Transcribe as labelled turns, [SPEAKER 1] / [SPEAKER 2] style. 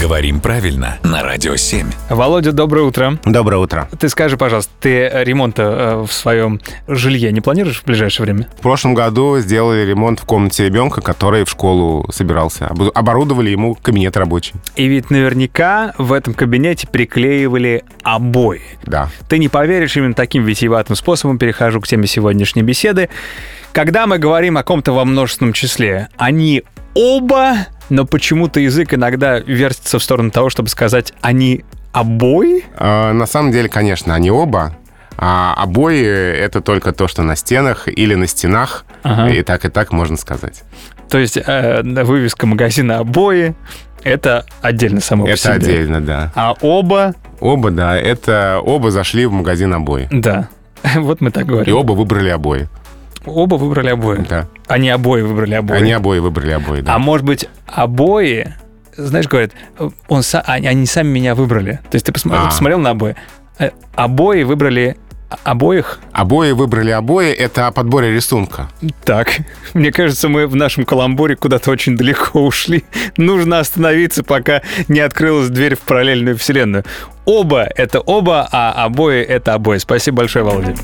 [SPEAKER 1] Говорим правильно на Радио 7.
[SPEAKER 2] Володя, доброе утро.
[SPEAKER 3] Доброе утро.
[SPEAKER 2] Ты скажи, пожалуйста, ты ремонта э, в своем жилье не планируешь в ближайшее время?
[SPEAKER 3] В прошлом году сделали ремонт в комнате ребенка, который в школу собирался. Обу- Оборудовали ему кабинет рабочий.
[SPEAKER 2] И ведь наверняка в этом кабинете приклеивали обои.
[SPEAKER 3] Да.
[SPEAKER 2] Ты не поверишь, именно таким витиеватым способом перехожу к теме сегодняшней беседы. Когда мы говорим о ком-то во множественном числе, они оба, но почему-то язык иногда вертится в сторону того, чтобы сказать «они обои».
[SPEAKER 3] Э, на самом деле, конечно, они оба. А обои — это только то, что на стенах или на стенах.
[SPEAKER 2] Ага.
[SPEAKER 3] И так, и так можно сказать.
[SPEAKER 2] То есть э, вывеска магазина «обои» — это отдельно само по
[SPEAKER 3] это
[SPEAKER 2] себе.
[SPEAKER 3] отдельно, да.
[SPEAKER 2] А оба —
[SPEAKER 3] Оба, да. Это оба зашли в магазин обои.
[SPEAKER 2] да. Вот мы так
[SPEAKER 3] И
[SPEAKER 2] говорим.
[SPEAKER 3] оба выбрали обои.
[SPEAKER 2] Оба выбрали обои.
[SPEAKER 3] Да.
[SPEAKER 2] Они обои выбрали обои.
[SPEAKER 3] Они обои выбрали обои, да.
[SPEAKER 2] А может быть, обои, знаешь, говорят, он са- они, они сами меня выбрали. То есть ты посмотри-
[SPEAKER 3] А.
[SPEAKER 2] посмотрел на обои. Э, Обои выбрали о- обоих.
[SPEAKER 3] Обои выбрали обои — это о подборе рисунка.
[SPEAKER 2] Так, мне кажется, мы в нашем каламбуре куда-то очень далеко ушли. Нужно остановиться, пока не открылась дверь в параллельную вселенную. Оба — это оба, а обои — это обои. Спасибо большое, Володя.